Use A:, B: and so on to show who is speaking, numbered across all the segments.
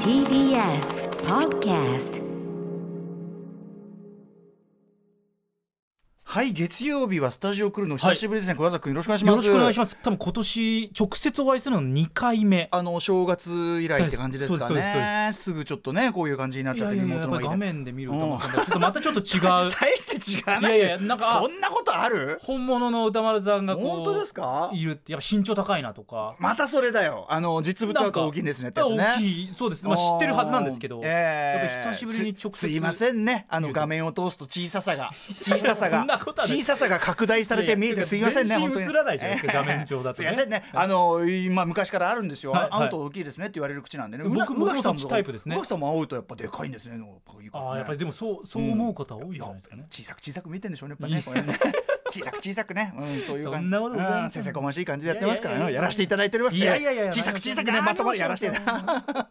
A: TBS Podcast
B: はい月曜日はスタジオ来るの久しぶりですね、小崎君よろしくお願いします
C: よろしくお願いします。多分今年直接お会いするの2回目。
B: あのお正月以来って感じですか
C: そうですそうですそう
B: ね
C: です
B: ぐちょっとねこういう感じになっ
C: い
B: ちゃっ
C: や
B: て
C: いやいや、
B: リモー
C: や
B: トの
C: っぱ
B: 前で
C: り画面で見る歌
B: うん。
C: 丸さんとちょっとまたちょっと違 う
B: 大して違わない
C: いやいやなんか
B: そんなことある
C: 本物の歌丸さんがこう
B: 本当ですか
C: いるってやっぱ身長高いなとか
B: またそれだよあの実物は大きいんですねってやつね
C: 大きいそうです、まあ、知ってるはずなんですけど、
B: ええ
C: やっぱ久しぶりに直接
B: すすいませんねあの
C: 見ると
B: 画面を通すと小ささが小ささが
C: そんなことはない
B: 小ささが拡大されて見え
C: いやい
B: て
C: や
B: すいませんね
C: 全身
B: 本当に
C: 映らないじゃないですか画面上だとね
B: すいませんねあの今昔からあるんですよ
C: はい
B: 会うと大きいですねって言われる口なんでね
C: 僕
B: うな
C: 僕
B: うがきさんも
C: そっちタイプですね
B: うがきさんも会うとやっぱでかいんですね
C: ああやっぱりで
B: も
C: もそうそう思う方多いじゃないですかね、
B: 小さく小さく見えてんでしょうねやっぱねこれね小さく小さくね、うん、そういう感じ
C: そんなことございません
B: うんせせこましい感じでやってますから
C: いや
B: ね
C: いやいや
B: やらせていただいておりますね
C: いやいやいや
B: 小さく小さくねまともにやらせて まさ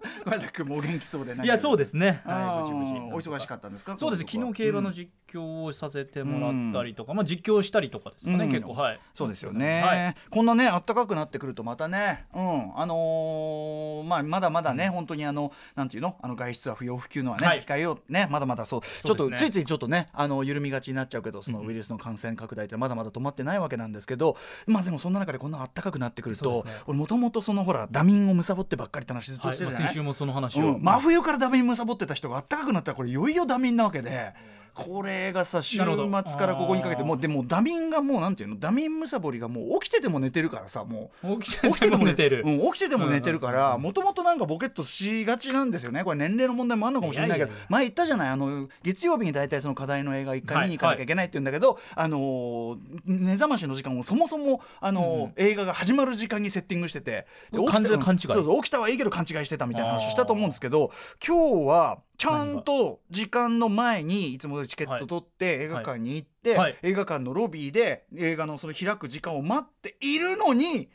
B: くもお元気そうでね
C: いやそうですね、
B: あー
C: はい、無事無事
B: お忙しかったんですか
C: そうですね
B: こ
C: 昨
B: のとこ
C: 日競馬
B: う
C: の
B: ん
C: 実況をさせてもらったりとか、まあ実況したりとかですかね、
B: うん
C: 結構はい
B: そうですよね、
C: はい
B: こんなね暖かくなってくるとまたね、うんあのーまあ、まだまだね、本当にあのなんていうのあの外出は不要不急のはね、
C: はい
B: 控えようねまだまだそう
C: う
B: ちょ
C: です
B: っ
C: ね
B: とついついちょっとねあの緩みがちになっちゃうけどそのウイルスの感染拡大ってまだまだ止まってないわけなんですけど、まあでもそんな中でこんな暖かくなってくる
C: そう
B: と、
C: ですね
B: 俺もともとそのほらダミンを貪ってばっかりって話ずっと
C: は
B: し
C: い
B: て
C: ま
B: る
C: あ
B: じゃない、
C: 先週もその話を、
B: うん、真冬からダミンむさぼってた人があったかくなったらこれいよいよダミンなわけで。これがさ週
C: なるほど
B: 末からここにかけて
C: あー
B: もうでもダミンがもうなんていうのダミンむさぼりがもう起きてても寝てるからさもう
C: 起きてても寝てる、
B: うん、起きてても寝てるからもともとなんかボケっとしがちなんですよねこれ年齢の問題もあるのかもしれないけど
C: いやいやいや
B: 前言ったじゃないあの月曜日に大体その課題の映画一回見に行かなきゃいけないって言うんだけど、あのー目覚ましの時間をそもそもあのー映画が始まる時間にセッティングしててで起きた
C: 完全な勘違い
B: そうそう起きたはいいけど勘違いしてたみたいな話をしたと思うんですけど今日はちゃんと時間の前にいつも通りチケット取って映画館に行って、
C: はい
B: 映画館のロビーで映画のその開く時間を待っているのに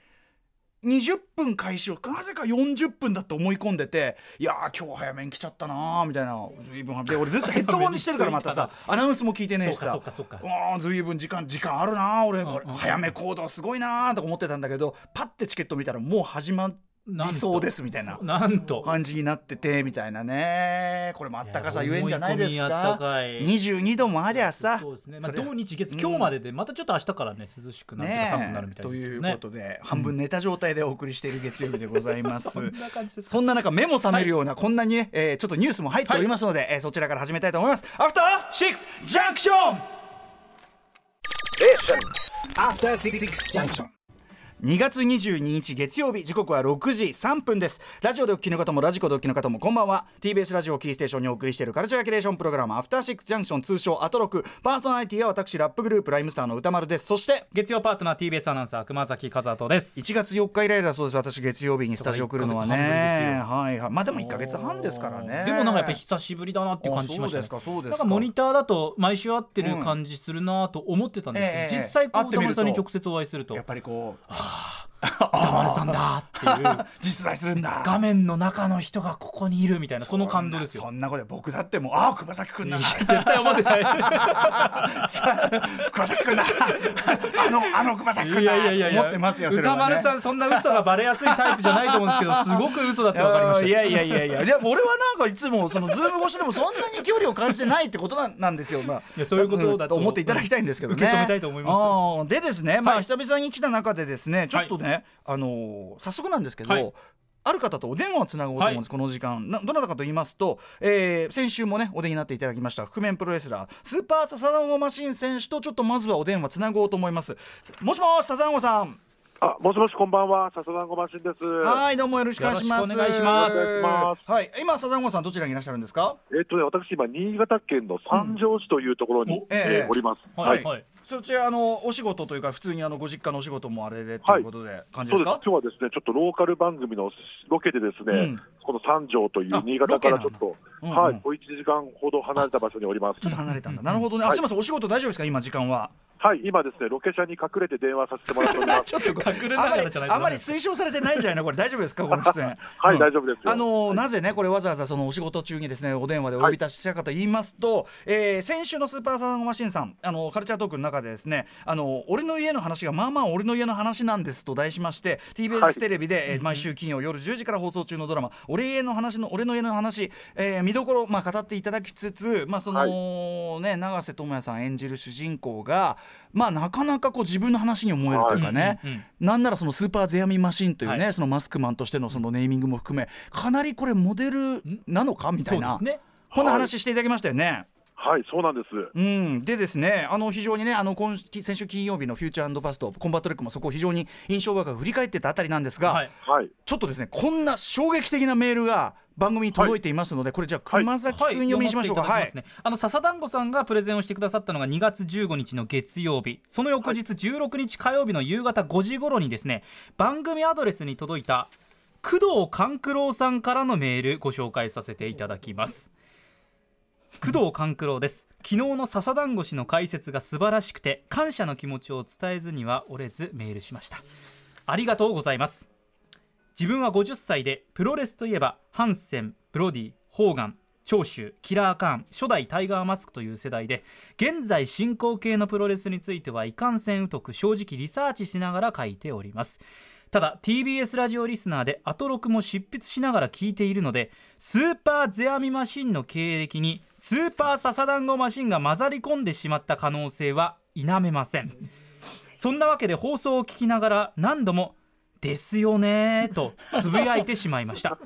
B: 20分開始をなぜか40分だと思い込んでていやー今日早めに来ちゃったなーみたいな随分で俺ずっとヘッドホ ンにしてるからまたさアナウンスも聞いてねえし
C: そ
B: さ
C: うかそうかそう
B: うん随分時間時間あるなー俺、
C: うんうんうん
B: 早め行動すごいなーとか思ってたんだけどパッてチケット見たらもう始ま
C: なん
B: り
C: と
B: そうですみたいな
C: なんと
B: 感じになっててみたいなねこれもあったかさゆえんじゃないです
C: 思い込みあった
B: か
C: かい
B: 22度もありゃさ
C: そうですね、まあ、
B: それ
C: 土日月
B: うん
C: 今日まででまたちょっと明日からね涼しくなって
B: ねえ
C: 寒くなるみたい
B: と
C: ですけ
B: い
C: ど
B: う
C: ね
B: ことで、半分寝た状態でお送りしている月曜日でございま
C: そ
B: す
C: ん。な 感じです
B: そんな中目も覚めるようなこんなにね、えーちょっとニュースも入っておりますので、えーそちらから始めたいと思います。アフターシックスジャンクション
D: After Six Junction.
B: 2月22日月曜日時刻は6時3分ですラジオでお聞きの方もラジコでお聞きの方もこんばんは TBS ラジオをキーステーションにお送りしているカルチャーキュレーションプログラムアフターシックスジャンクション通称アトロクパーソナリティは私ラップグループライムスターの歌丸ですそして
C: 月曜パートナー TBS アナウンサー熊崎和人です
B: 1月4日以来だそうです私月曜日にスタジオ来るのはね
C: だから一ヶ月半ぶりです
B: はいはいまあでも1か月半ですからね
C: でもなんかやっぱり久しぶりだなっていう感じしました、
B: あ
C: ね、
B: そうですかそうですか
C: なんかモニターだと毎週会ってる感じするなと思ってたんですけど、
B: うんええ
C: 実際こ
B: 会
C: う
B: って
C: 歌
B: みる
C: 丸
B: と
C: さんに直接お会いすると
B: やっぱりこう
C: 歌丸さんだっ ていう
B: 実在するんだ
C: 画面の中の人がここにいるみたいなその感動ですよ
B: そんなことで僕だってもうああ熊崎くん
C: い
B: だ
C: や絶対思ってない
B: さ熊崎くんだ あのあの熊崎くんだ思ってますよそれは、
C: 歌
B: ね、
C: 丸さんそんな嘘がバレやすいタイプじゃないと思うんですけどすごく嘘だって分かりました
B: いやいやいやいやいや俺はなんかいつもそのズーム越しでもそんなに距離を感じてないってことなんなんですよまあ
C: いやそういうことだと
B: 思っていただきたいんですけどね
C: 受け止めたいと思います
B: すでですねまあ
C: はい
B: 久々に来た中でですねちょっとねあのー早速なんですけ
C: はい
B: どある方とお電話をつなごうと思うんです、この時間などなたかと言いますと、えー先週もねお出になっていただきました覆面プロレスラースーパーササダンゴマシン選手とちょっとまずはお電話つなごうと思いますもしもしササダンゴさん
E: あ、もしもし、こんばんは。笹団子マシンです。
B: はい、どうもよろしくお願いします。
C: よろしくお願いします
E: お願いしま
B: はい、今サザンゴさんどちらにいらっしゃるんですか。
E: えっとね、私今新潟県の三条市というところに、
C: うん
B: ええ
E: えーおります。
C: は
E: はいい。
C: はい
B: そちらあのお仕事というか普通にあのご実家のお仕事もあれでということで感じ
E: そ
B: で
E: うですす今
B: か。
E: 日はですね、ちょっとローカル番組のロケでですね、
B: うん
E: この三条とい
B: あ
E: う新潟からちょっと、
B: なんだうんうん
E: はい、小一時間ほど離れた場所におります。
B: ちょっと離れたんだ。なるほどね。
E: は
B: あ、
E: い
B: すみません、お仕事大丈夫ですか今時間は。
E: はい、今ですね、ロケ車に隠れて電話させてもらっており ます。
C: ちょっと 隠れ
B: あ
C: な
B: ま
C: が
B: り
C: らじゃないと
B: あまり推奨されてないんじゃないのこれ大丈夫ですかこの出演
E: はい、
B: うん
E: 大丈夫ですよ。
B: あのーなぜねこれわざわざそのお仕事中にですねお電話でお呼び出ししたかと言いますと、えー先週のスーパーサンゴマシンさんあのーカルチャートークの中でですねあのー俺の家の話がまあまあ俺の家の話なんですと題しまして
E: は
B: TBS
E: い
B: テレビで、えー毎週金曜夜10時から放送中のドラマ「俺家の話の俺の家の話」えー見どころをまあ語っていただきつつまあその、
E: は
B: ね永瀬智也さん演じる主人公がまあなかなかこう自分の話に思えるというかね、
C: うんうんうん
B: なんならそのスーパーゼアミマシンというね、
C: は
B: そのマスクマンとしてのそのネーミングも含めかなりこれモデルなのかみた
C: そ
B: いう
C: で
B: な、
C: すね
B: こんな話していただきましたよね。
E: はい、そうなんです。
B: うん、でですねあの非常にねあの今先週金曜日の「フューチャーパスト」コンバットレックもそこを非常に印象深く振り返ってたあたりなんですが、
C: はい
E: はい。
B: ちょっとですねこんな衝撃的なメールが番組に届いていますので、これじゃあ
E: はい
B: 熊崎君読みにしましょうか。
C: はい
B: は
C: 読ませていただきますね、あの笹団子さんがプレゼンをしてくださったのが2月15日の月曜日その翌日16日火曜日の夕方5時頃にですね番組アドレスに届いた工藤官九郎さんからのメールご紹介させていただきます工藤官九郎です昨日の笹団子氏の解説が素晴らしくて感謝の気持ちを伝えずには折れずメールしましたありがとうございます自分は50歳でプロレスといえばハンセンブロディホーガン長州キラー・カーン初代タイガー・マスクという世代で現在進行形のプロレスについてはいかんせん疎く正直リサーチしながら書いておりますただ TBS ラジオリスナーでアトロクも執筆しながら聞いているのでスーパーゼアミマシンの経歴にスーパーササダンゴマシンが混ざり込んでしまった可能性は否めませんそんなわけで放送を聞きながら何度も「ですよねー」とつぶやいてしまいました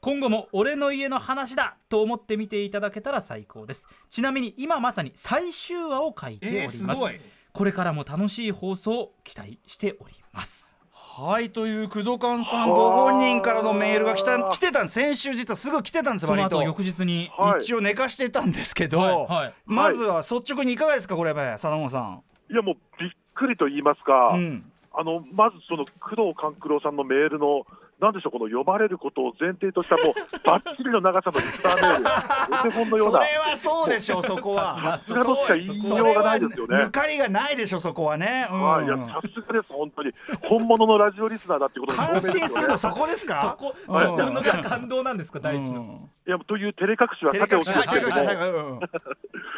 C: 今後も俺の家の話だと思って見ていただけたら最高ですちなみに今まさに最終話を書いており
B: えー
C: ます,、
B: すごい
C: これからも楽しい放送を期待しております
B: はいという工藤官さんご本人からのメールが来た来てたんです先週実はすぐ来てたんです
C: その
B: 割と
C: 後翌日に
E: はい
B: 一応寝かしてたんですけど、
C: はいはい
B: まずは率直にいかがですかこれやっぱり佐野さん。
E: いや、もうびっくりと言いますか、
B: うん
E: あの、まずその工藤官九郎さんのメールの、なんでしょう、この読まれることを前提とした、 もう、ばっちりの長さのリスターメール、お手本の
B: そ
E: ような。
B: れはそうでし ょうそこは。
E: さすがとしか言いようがないですよね
B: それは抜かりがないでしょそこはね。うん
E: はい、いや、さすがです、本当に。本物のラジオリスナーだっていうことに
B: 感心するの
E: す
B: そこですか。
C: そこそこ
B: はい
C: のが感動なんですか第一
B: う
C: の
B: ん
E: いや、という照れ隠しは
B: 照
E: さ
B: れ
E: てお
B: 隠
E: き
B: し
E: です
B: はい
E: け
B: 照
E: れ
B: れ隠し
E: ども、
B: はい
E: い
B: うん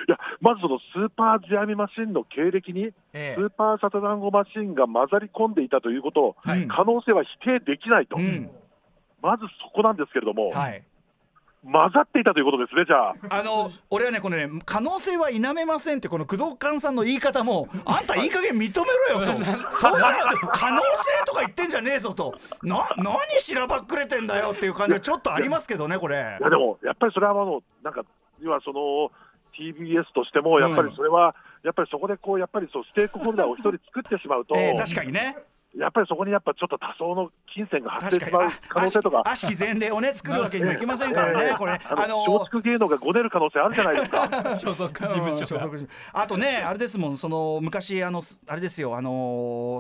E: や、まずそのスーパージアミマシンの経歴に、
B: え
E: スーパーサタダンゴマシンが混ざり込んでいたということを、
B: は
E: 可
B: い
E: 能性は否定できないと、
B: えうん
E: まずそこなんですけれども、
B: はい。
E: 混ざっていたということですね、じゃあ、
B: あの俺はねこのね可能性は否めませんってこの工藤官さんの言い方もあんたいい加減認めろよとそん な可能性とか言ってんじゃねえぞとな何しらばっくれてんだよっていう感じはちょっとありますけどねこれ
E: いやでも、やっぱりそれはあの、なんか、要はその TBS としても、やっぱりそれは、やっぱりそこでこう、やっぱりそうステークホルダーを一人作ってしまうと、
B: えー確かにね
E: やっぱりそこにやっぱちょっと多層の金銭が発
B: 確
E: 生
B: か
E: し
B: に
E: てしまう可能性とか
B: あ。悪しき悪しき前例をね作るわけにもいきませんから
E: え
B: ね
E: え
B: これ
E: あ
B: あ
E: の
B: の
E: 松竹芸能がごねる可能性あるじゃないですか。
C: 所属事
B: うん
C: 務所
B: 所
C: が
B: 属事務あとねあれですもんその昔あのすあれですよあの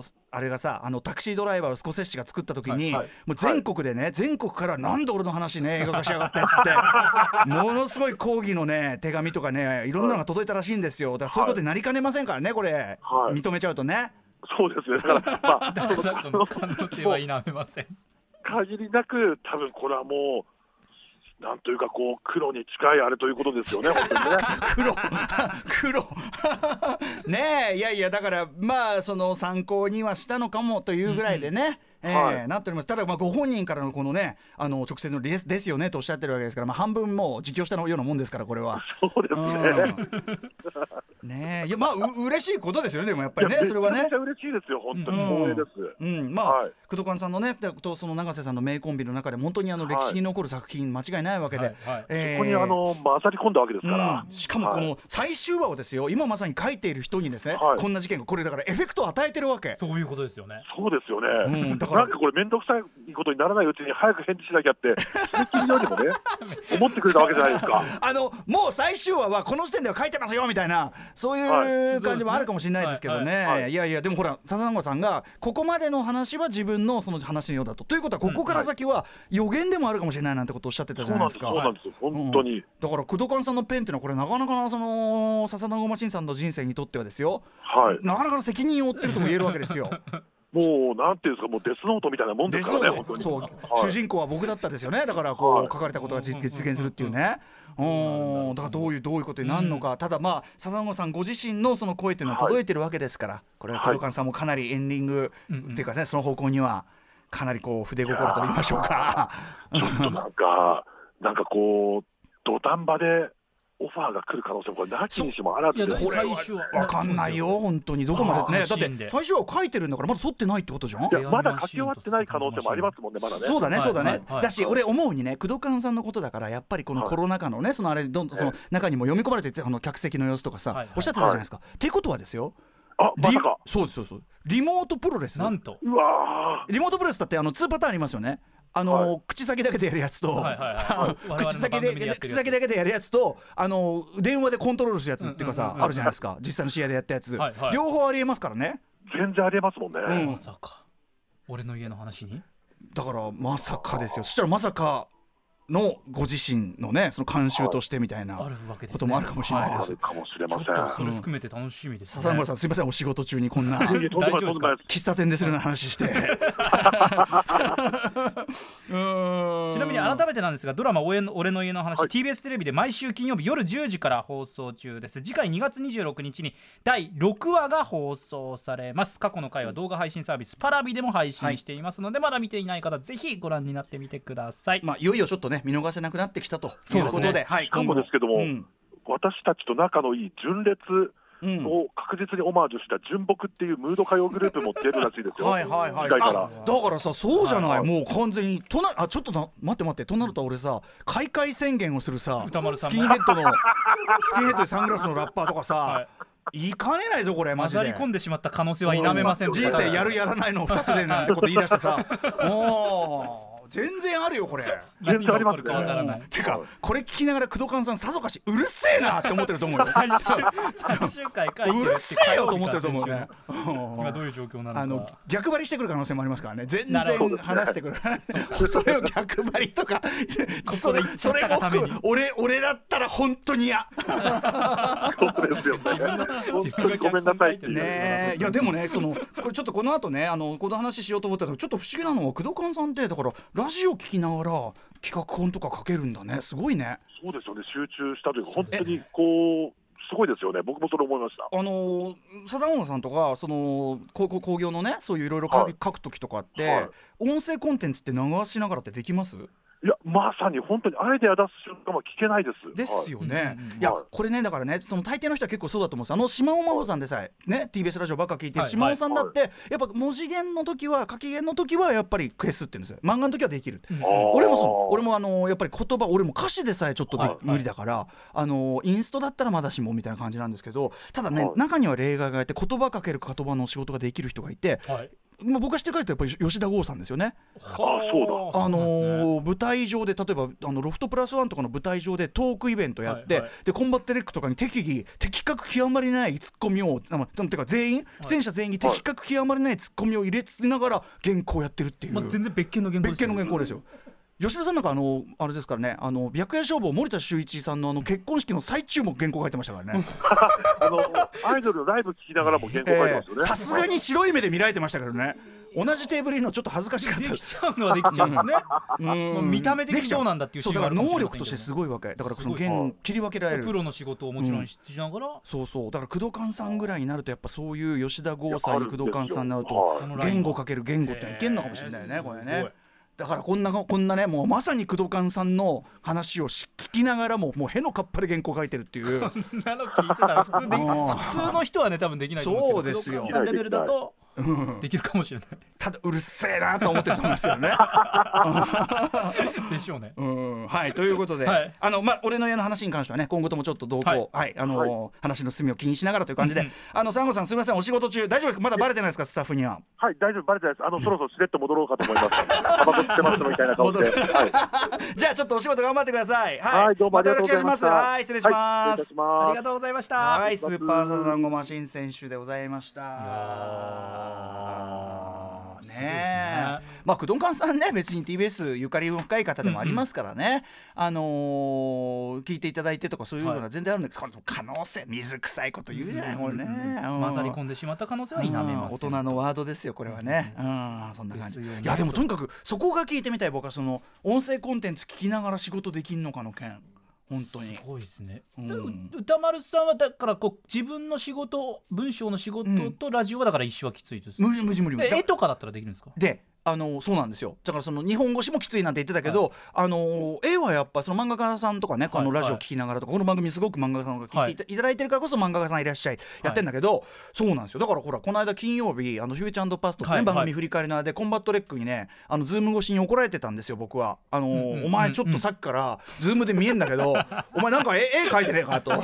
B: ーあれがさあのタクシードライバーをスコセッシが作った時に、
C: はいはい
B: もう全国でね、全国からなんで俺の話 ね映画化しやがったやつってものすごい抗議のね手紙とかねいろんなのが届いたらしいんですよだからそういうことになりかねませんからねこれ、
E: はい
B: 認めちゃうとね
E: そうですね。だから、まあ、
C: だ からその可能性は否めません
E: 限りなく、多分これはもう、なんというか、こう、黒に近いあれということですよね、本当にね。
B: 黒黒 ねえいやいやだからまあその参考にはしたのかもというぐらいでね、ええ
E: はい
B: なっておりますただまあご本人からのこのねあの直接のですですよねとおっしゃってるわけですから、まあ、半分もう自供したようなもんですからこれは。
E: そうですね。
B: うんねえいやまあう嬉しいことですよねでもやっぱりね
E: いや
B: それは
E: めちゃ
B: ね
E: くちゃ。嬉しいですよ、本当に光栄です。
B: うんまあ、
E: はい
B: 工藤官さんのねだとその永瀬さんの名コンビの中で本当にあの
E: はい
B: 歴史に残る作品間違いないわけで、
C: はいはい
B: ええ
E: ここにあの混ざり込んだわけですから、
B: うんしかもこ
E: はい
B: の最終話をですよ今まさに書いている人にですね、
E: はい
B: こんな事件がこれだからエフェクトを与えてるわけ、
C: そういうことですよね
E: そうですよ
B: う
E: ね、
B: ん、だかほら
E: なんかこれ、面倒くさいことにならないうちに早く返事しなきゃって、締め切りよりもね、 思ってくれたわけじゃないですか。
B: あのもう最終話はこの時点では書いてますよみたいなそう
E: はい
B: いう感じもあるかもしれないですけどね、
E: はい
B: い
E: はい
B: やいやでもほら笹野さんがここまでの話は自分のその話のようだとということはここから先は予言でもあるかもしれないなんてことをおっしゃってたじ
E: そ
B: ゃ
E: う
B: ない
E: なん
B: で
E: ですす
B: か。
E: よ、そうなんですよ、本当に。
B: だから工藤官さんのペンっていうのはこれなかなかなその笹野駒慎さんの人生にとってはですよ、
E: はい
B: なかなかの責任を負ってるとも言えるわけ ですよ。
E: もう、なんていうんですか、もうデスノートみたいなもんですから
B: で
E: ね、本当に。
B: そう、
E: はい
B: 主人公は僕だったですよねだからこ
E: はいう
B: 書かれたことが実実現するっていうねうんだからどういうどういうことになるのか、ただまあ笹野さんご自身のその声っていうのは
E: はい
B: 届いてるわけですから、これは工藤官さんもかなりエンディング、っていうかねその方向にはかなりこう筆心と言いましょうか。
E: ちょっとなんか、なんかこう、土壇場でオファーが来る可能性も、これ、なきにしもあらず
C: いや
E: です
C: 最
E: ね。
C: 初は
B: わかんないよ本当にどこまで
C: あ
B: ね
C: ー
B: だっ
C: シ
B: て
C: ーンで
B: 最初は書いてるんだからまだ取ってないってことじゃん
E: いやまだ書き終わってない可能性もありますもんね、まだね。
B: そうだね、
C: はい
B: そうだね、
C: はい
B: だし、俺思うにね、工藤官さんのことだから、やっぱりこの
E: はい
B: コロナ禍のね、そのあれ、どんどんその中にも読み込まれてて、あの客席の様子とかさ、
C: はいはい
B: おっしゃってたじゃないですか。ってことはですよ、
E: あま
B: リ
E: さか。
B: そうです、そうです、リモートプロレス。
C: なんと
E: うわ
B: リモートプロレスだって、あの2パターンありますよね。あの口先だけでやるやつと、
C: はいはいはい
B: あの口先
C: 我々の
B: で
C: 番組でやってるやつ
B: 口先だけでやるやつと、あの電話でコントロールするやつっていうかさ、あるじゃないですか、実際の試合でやったやつ、
C: はいはい
B: 両方ありえますからね。
E: ー、全然ありえますもんね。
B: うん
C: まさか俺の家の話に
B: だからまさかですよそしたらまさかのご自身のねその監修としてみたいな
C: あるわけですね
B: こともあるかもしれない
E: あ
B: で
E: る
B: す
E: かもしれ
C: ちょっ
E: ません。
C: とそれ含めて楽しみですね
B: 笹村さんすいませんお仕事中にこんな
E: いやとんでもない、とんでもないです。
B: 喫茶店でするような話 して
C: ち
B: ち
C: なみに改めてなんですがドラマ「俺の俺の家の話」
E: はい
C: TBS テレビで毎週金曜日夜10時から放送中です次回2月26日に第6話が放送されます過去の回は動画配信サービスパラビでも配信していますので、まだ見ていない方ぜひご覧になってみてください、
B: まあいよいよちょっとね見逃せなくなってきたとい
C: そう
B: う
C: です
B: こ
C: ね
B: とではい
E: しかもですけども、
B: うん
E: 私たちと仲のいい純烈
B: うん
E: を確実にオマージュした純木っていうムード歌謡グループも出るらしいですよ。
B: はいはいはい。
E: 次回
B: あ
E: から。
B: だからさ、そうじゃない。
E: はいはい
B: もう完全にとなあちょっとな待って待ってとなると俺さ、開会宣言をするさ、
C: 歌丸さ
B: ス
C: ん
B: キンヘッ ドのスキンヘッドでサングラスのラッパーとかさ、い、かねないぞこれマ
C: 混
B: ジで。
C: ざり込んでしまった可能性は否めません
B: 人生やる
C: や
B: やらないの二つでなんてこと言い出して さ、もう全然あるよこれ。
E: 全然あります
C: 何が起こる
E: ね
C: かわからない
B: てかこれ聞きながら工藤勘さんさぞかしうるせえなって思ってると思うよ。
C: 最終最終回書いて
B: うるせえよと思ってると思うね。
C: 今どういう状況なのか
B: あの逆張りしてくる可能性もありますからね全
C: なるほ
B: 然話してくる それを逆張りとか
C: こ
B: そ
C: で
B: れ
C: 言っち
B: そ
C: ゃっ
B: れ
C: たが
B: も
C: ために
B: 含め俺俺だったら本当に嫌
E: そうですよね。本当にごめんなさいっていう。
B: ねえいやでもねそのこれちょっとこの後ねあのこの話しようと思ったけどちょっと不思議なのは工藤勘さんってだからラジオ聞きながら企画本とか書けるんだねすごいね
E: そうですよね。集中したというか、本当にこう、すごいですよね。僕もそれ思いました。
B: あのー貞本さんとかそのここ工業のねそういういろいろ書
E: はい
B: 書く時とかって、
E: はい
B: 音声コンテンツって流しながらってできます
E: いや、まさに本当にアイデア出す瞬間は聞けないです。
B: です
E: よ。
B: よね、
C: うんうんうん
B: いや
E: はい
B: これねだからねその大抵の人は結構そうだと思うんですあの島尾真帆さんでさえね TBS ラジオばっか聞いて
C: は
B: る
C: い
B: 島尾さんだって、やっぱ文字源の時は書き源の時はやっぱりクエスって言うんですよ漫画の時はできるって、
E: あー
B: 俺もそう俺もあのやっぱり言葉俺も歌詞でさえちょっとで、
E: はい
B: 無理だからあのインストだったらまだしもみたいな感じなんですけどただね、
E: はい
B: 中には例外がいて言葉かける言葉の仕事ができる人がいて
C: はい
B: もう僕が知ってる限りだとやっぱり吉田剛さんですよね。
E: あそう
B: あのー舞台上で例えばあのロフトプラスワンとかの舞台上でトークイベントやって、
C: はいはい
B: でコンバットデレックとかに適宜的確極まりないツッコミをあのてか全員出演者全員に的確極まりないツッコミを入れつつながら原稿やってるっていう、
C: まあ、全然別件の言語
B: 別件の原稿ですよ。吉田さんなんかあのあれですからねあの白夜消防森田修一さんのあの結婚式の最中も原稿書いてましたからね
E: あの、アイドルのライブ聞きながらも原稿書いてます
B: え
E: よ
B: ー
E: ね。
B: さすがに白い目で見られてましたけどね同じテーブルにいるのちょっと恥ずかしかったで
C: ですきちゃうのはできちゃうんですね
B: うん
C: まあ見た目的にどうなんだっていう
B: そう
C: シー
B: だ
C: ンが
B: か
C: あ
B: ら
C: る
B: 能力
C: かもしれませんけど
B: としてすごいわけだからその
C: すごい
B: 弦切り分けられ
C: プ
B: る
C: ロの仕事をもちろんしながら、
B: そうそうだから工藤官さんぐらいになるとやっぱそういう吉田剛さん
E: いやあ
B: に
E: るん
B: 工
E: ですよ
B: 藤官さんになると
C: はい
B: 言語かける言語ってのはいけんのかもしれないよね、
C: えー
B: これ
C: す
B: ね
C: ごい。
B: だからこんなこんなねもうまさに工藤官さんの話をし聞きながらももうへのかっぱで原稿書いてるっていう
C: なの聞いてたら普通で
B: うん
C: 普通の人はね多分できないと思うんですけど
B: そうですよ
C: 工藤さんレベルだとできるかもしれな
B: ただうるせえなと思ってると思うんですよね。
C: いでしょうね
B: うんはいということで、
C: はい
B: あのまあ、俺の家の話に関してはね今後ともちょっと動向、は
C: はいい
B: あのー話の隅を気にしながらという感じで、
C: うんうん
B: あのサンゴさんすみませんお仕事中大丈夫ですかまだバレてないですかスタッフには。
E: はい、大丈夫、バレてないです。あの、そろそろしれっと戻ろうかと思います。タバコ吸ってますみたいな顔で。はい、
B: じゃあちょっとお仕事頑張ってください。はい、
E: はい、どうもありがとうございました。
B: たよろしくお願いしますはい失礼し
E: はい
B: ま
E: 失礼
B: す
E: いたし。ます
C: ありがとうございました
B: はい、スーパーサザンゴマシン選手でございました。
C: ー
B: ね
C: すごいです
B: え
C: ね、
B: まあ、工藤官さんね、別に TBS ゆかりの深い方でもありますからね。あのー聞いていただいてとか、そういうの
C: は
B: が全然あるんです、この可能性、水臭いこと言うじゃない、これね。うん
C: 混ざり込んでしまった可能性は否めません
B: うん大人のワードですよこれはね、うんそんな感じ、
C: ですよね
B: いやでもとにかくそこが聞いてみたい僕はその音声コンテンツ聞きながら仕事できんのかの件本当に
C: すごいですね、
B: うん
C: でう歌丸さんはだからこう自分の仕事文章の仕事とラジオはだから一緒はきついです、
B: 無理無理無理無理
C: え絵とかだったらできるんですか
B: であのそうなんですよだからその日本語詞もきついなんて言ってたけど、あの絵はやっぱその漫画家さんとかねこの
C: はいは
B: ラ
C: い
B: ジオ聞きながらとか、この番組すごく漫画家さんが聞いていたいただいてるからこそ漫画家さんいらっしゃいやってんだけど、そうなんですよだからほらこの間金曜日「あのフューチャーパスト」
C: はいは
B: 全
C: い
B: 番組振り返りの間で、コンバットレックにねあのズーム越しに怒られてたんですよ僕はあの、
C: んうん
B: お前ちょっとさっきからズームで見えんだけど、お前なんか絵絵描いてねえかと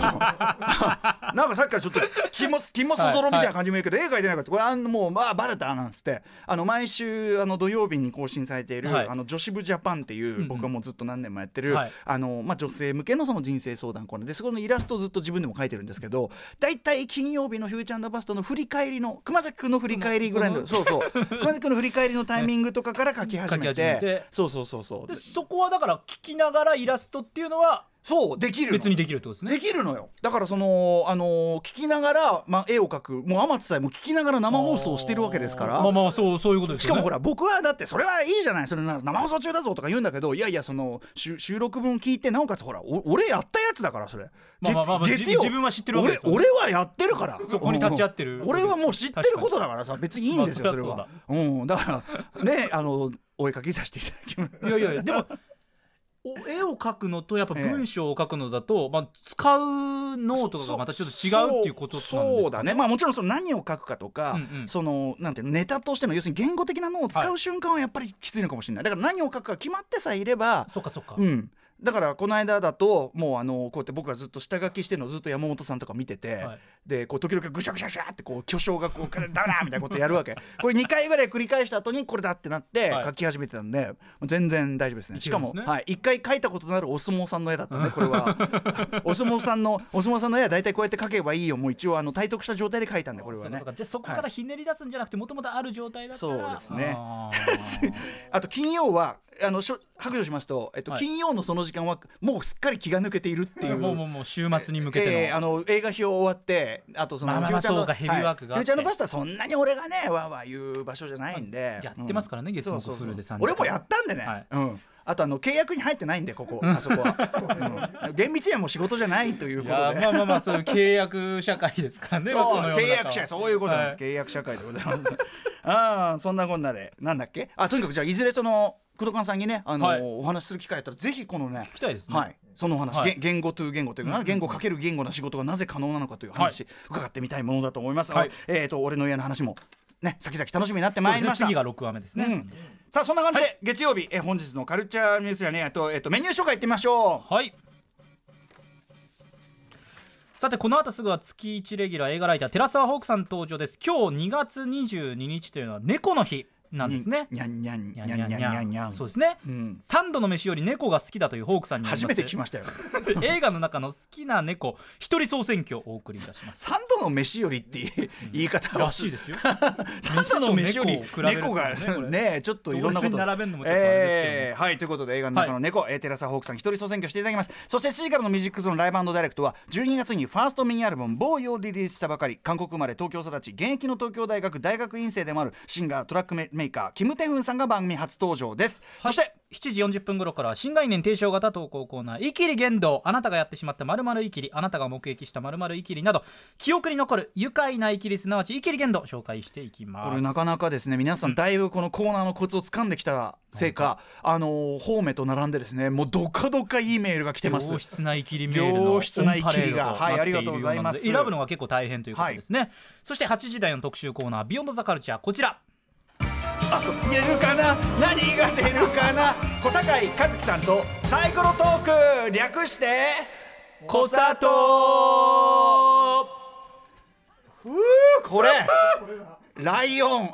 B: なんかさっきからちょっと気も気もそぞろみたいな感じも言うけど、絵描いてないかってこれあんもうまあバレたなんつってあの毎週あの土曜日に更新されている、
C: はい
B: あの女子部ジャパンっていう、
C: うんうん
B: 僕はもうずっと何年もやってる、
C: はい
B: あのまあ、女性向けのその人生相談コーナーでそこのイラストをずっと自分でも描いてるんですけど大体金曜日の「フューチャーバスト」の振り返りの熊崎君の振り返りぐらいのそうそう熊崎君の振り返りのタイミングとかから描き始めて
C: ね描き始めて
B: そうそうそうそう
C: でそこはだから聞きながらイラストっていうのは
B: そうできるの
C: 別にできるってことですね
B: できるのよだからその、あの聞きながら、まあ、絵を描くもう天津さえも聞きながら生放送をしてるわけですから
C: まあまあそうそういうことで
B: し
C: す
B: か
C: よね
B: もほら僕はだってそれはいいじゃないそれな生放送中だぞとか言うんだけどいやいやその収収録分聞いてなおかつほらお俺やったやつだからそれ
C: まあまあまあまあ
B: 月
C: じ自分は知ってるわけ
B: 俺
C: ですよ
B: 俺はやってるから
C: そこに立ち会ってる
B: うん俺はもう知ってることだからさ別にいいんですよ
C: まあ
B: それは
C: そりゃ
B: うんだからねあのお絵かきさせていただきます
C: いやいやいやでもお絵を描くのとやっぱ文章を描くのだと、まあ、使う脳とかがまたちょっと違うっていうことなんですか、
B: そうだねまあもちろんその何を書くかとか、
C: うんうん
B: そのなんていうのネタとしての要するに言語的なのを使
C: は
B: う瞬間はやっぱりきついのかもしれないだから何を書くか決まってさえいれば
C: そうかそうか、
B: うん、だからこの間だともうあのこうやって僕がずっと下書きしてるのをずっと山本さんとか見てて、
C: はい
B: でこう時々ぐしゃぐしゃぐしゃってこう巨匠がこう「ダメだ!」みたいなことやるわけ これ2回ぐらい繰り返した後にこれだってなって
C: はい
B: 書き始めてたんで、全然大丈夫ですねしか
C: い
B: も、
C: けるんですね
B: はい、1回書いたことのあるお相撲さんの絵だったねこれ はお相撲さんのお相撲さんの絵は大体こうやって書けばいいよもう一応あの体得した状態で書いたんでこれは
C: そうか
B: ね
C: そうかじゃあそこからひねり出すんじゃなくてもともとある状態だったら
B: そうですね
C: あ
B: あと金曜はあのしょ白状しますと、えっと、
C: はい
B: 金曜のその時間はもうすっかり気が抜けているってい
C: ー
B: う。
C: もうもうもう週末に向けての、
B: ええあの映画表終わってあとその
C: まあまあまあ
B: フューチャーの
C: そうかヘビーワークがあ
B: はい、フュー
C: って
B: チャーのバスターそんなに俺がねわーわー言う場所じゃないんで、
C: やってますからね
B: うん
C: 月
B: そう
C: 木
B: そう
C: フ
B: そう
C: ルで3
B: 俺もやったんでね、
C: はい
B: うんあとあの契約に入ってないんでここあそこは、 うん厳密にはもう仕事じゃないという
C: い
B: こと
C: や
B: で
C: まあまあまあそういう契約社会ですからね
B: そう
C: この世の中
B: 契
C: は
B: 約者そういうことなんです、契約社会でございます ああそんなこんなでなんだっけあとにかくじゃあいずれその工藤官さんにねあの、
C: はい
B: お話しする機会あったらぜひこのね
C: 聞きたいですね
B: はいそのお話、
C: は
B: げ
C: い
B: 言語という言語というかな、言語かける言語の仕事がなぜ可能なのかという話、伺ってみたいものだと思います、
C: はい
B: えっ、と俺の家の話もね先々楽しみになって
C: そう
B: ま
C: で
B: い
C: す
B: り
C: ね
B: ました
C: 次が6話目ですね、
B: うんさあそんな感じで月曜日、え本日のカルチャーニュースやねあと,、えっとメニュー紹介いってみましょう
C: はいさてこの後すぐは月1レギュラー映画ライター寺澤ホークさん登場です今日2月22日というのは猫の日なんですね
B: にゃんにゃんに
C: に
B: ゃ
C: ゃ
B: ん
C: ん
B: にゃ
C: にゃ
B: ん
C: ん
B: に
C: に
B: ゃ
C: ゃ
B: ん
C: ん
B: にゃんにゃん
C: そうですね、
B: うん
C: 三度の飯より猫が好きだというホークさんにより
B: 初
C: ま
B: め
C: す
B: て聞きましたよ
C: 映画の中の好きな猫一人総選挙をお送りいたします
B: 三度の飯よりっていう言い方は
C: らしいですよ
B: サンタの飯より
C: 飯と猫
B: 猫
C: を比べ
B: が
C: るとねこれ
B: ねちょっといろんなこと
C: 同列に並べるのもちょっとあれですけども
B: えーはいということで映画の中の猫、えーテラサホークさん一人総選挙していただきますそして7時からのミュージックゾーンライブダイレクトは12月にファーストミニアルバム「ボーイをリリースしたばかり韓国生まれ東京育ち現役の東京大学大学院生でもあるシンガートラックメメーカーキム・テフンさんが番組初登場です、
C: そし
B: そして
C: て7時40分頃からは新概念提唱型投稿コーナー「イキリ言動あなたがやってしまったまるイキリあなたが目撃したまるイキリ」など記憶に残る愉快なイキリすなわちイキリ言動紹介していきます
B: これなかなかですね皆さんだいぶこのコーナーのコツを掴んできたせいか、あのー方面と並んでですねもうどかどかいいメールが来てます
C: 良質なイキリメールの
B: 良質なイキリが
C: オンパ
B: は
C: レードなって
B: いありがとうございます
C: るようなので選ぶのが結構大変ということですね、そして8時台の特集コーナー「ビヨンドザカルチャーこちら
B: あそう言えるかな何が出るかな小坂井和樹さんとサイコロトーク略して「小里」ふうこれライオン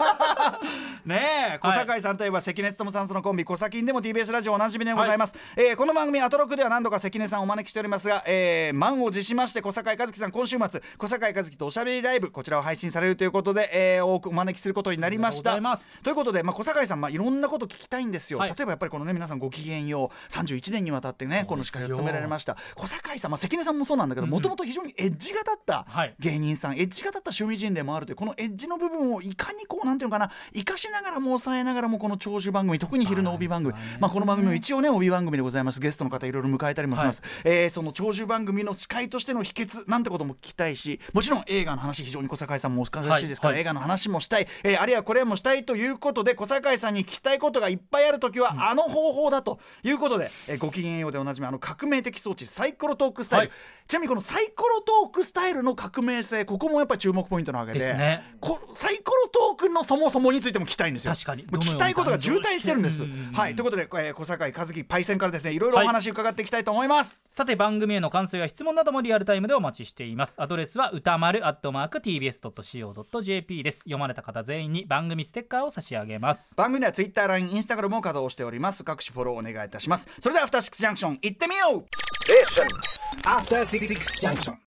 B: ねえ小坂井さんといえば関根勤さんとのコンビ「小崎ん」でも TBS ラジオおなじみでございます、えーこの番組「アトロク」では何度か関根さんをお招きしておりますが、えー満を持しまして小坂井和樹さん今週末小坂井和樹とおしゃべりライブこちらを配信されるということで、えー多くお招きすることになりまし
C: あ
B: た
C: りがとうございます
B: ということで、まあ、小坂井さん、まあ、いろんなこと聞きたいんですよ、
C: はい
B: 例えばやっぱりこのね皆さんごきげんよう31年にわたってねこの司会を務められました小坂井さん、まあ、関根さんもそうなんだけどもともと非常にエッジが立った
C: はい
B: 芸人さん、エッジが立った趣味人でもあるというこのエッジの部分をいかにこうなんていうのかな生かしながらも抑えながらもこの長寿番組特に昼の帯番組、まあ、この番組も一応ね帯番組でございますゲストの方いろいろ迎えたりもします、えーその長寿番組の司会としての秘訣なんてことも聞きたいしもちろん映画の話非常に小坂井さんもお忙しいですから、
C: はいはい
B: 映画の話もしたい、えーあるいはこれもしたいということで小坂井さんに聞きたいことがいっぱいある時は、あの方法だということで、えーご機嫌ようでおなじみあの革命的装置サイコロトークスタイル、
C: はい
B: ちなみにこのサイコロトークスタイルの革命性ここもやっぱり注目ポイントなわけで
C: ですね
B: こサイコロトークのそもそもについても聞きたいんですよ
C: 確かに
B: もう聞きたいことが渋滞してるんです
C: どのように感情して
B: はいということで、えー小坂井和樹パイセンからですねいろいろお話伺っていきたいと思います、
C: さて番組への感想や質問などもリアルタイムでお待ちしていますアドレスは歌丸 @tbs.co.jp です読まれた方全員に番組ステッカーを差し上げます
B: 番組ではツイッター、ライン、インスタグラムを稼働しております。各種フォローお願いいたします。それではアフターシックスジャンクション行ってみよう。
D: After Six Junction.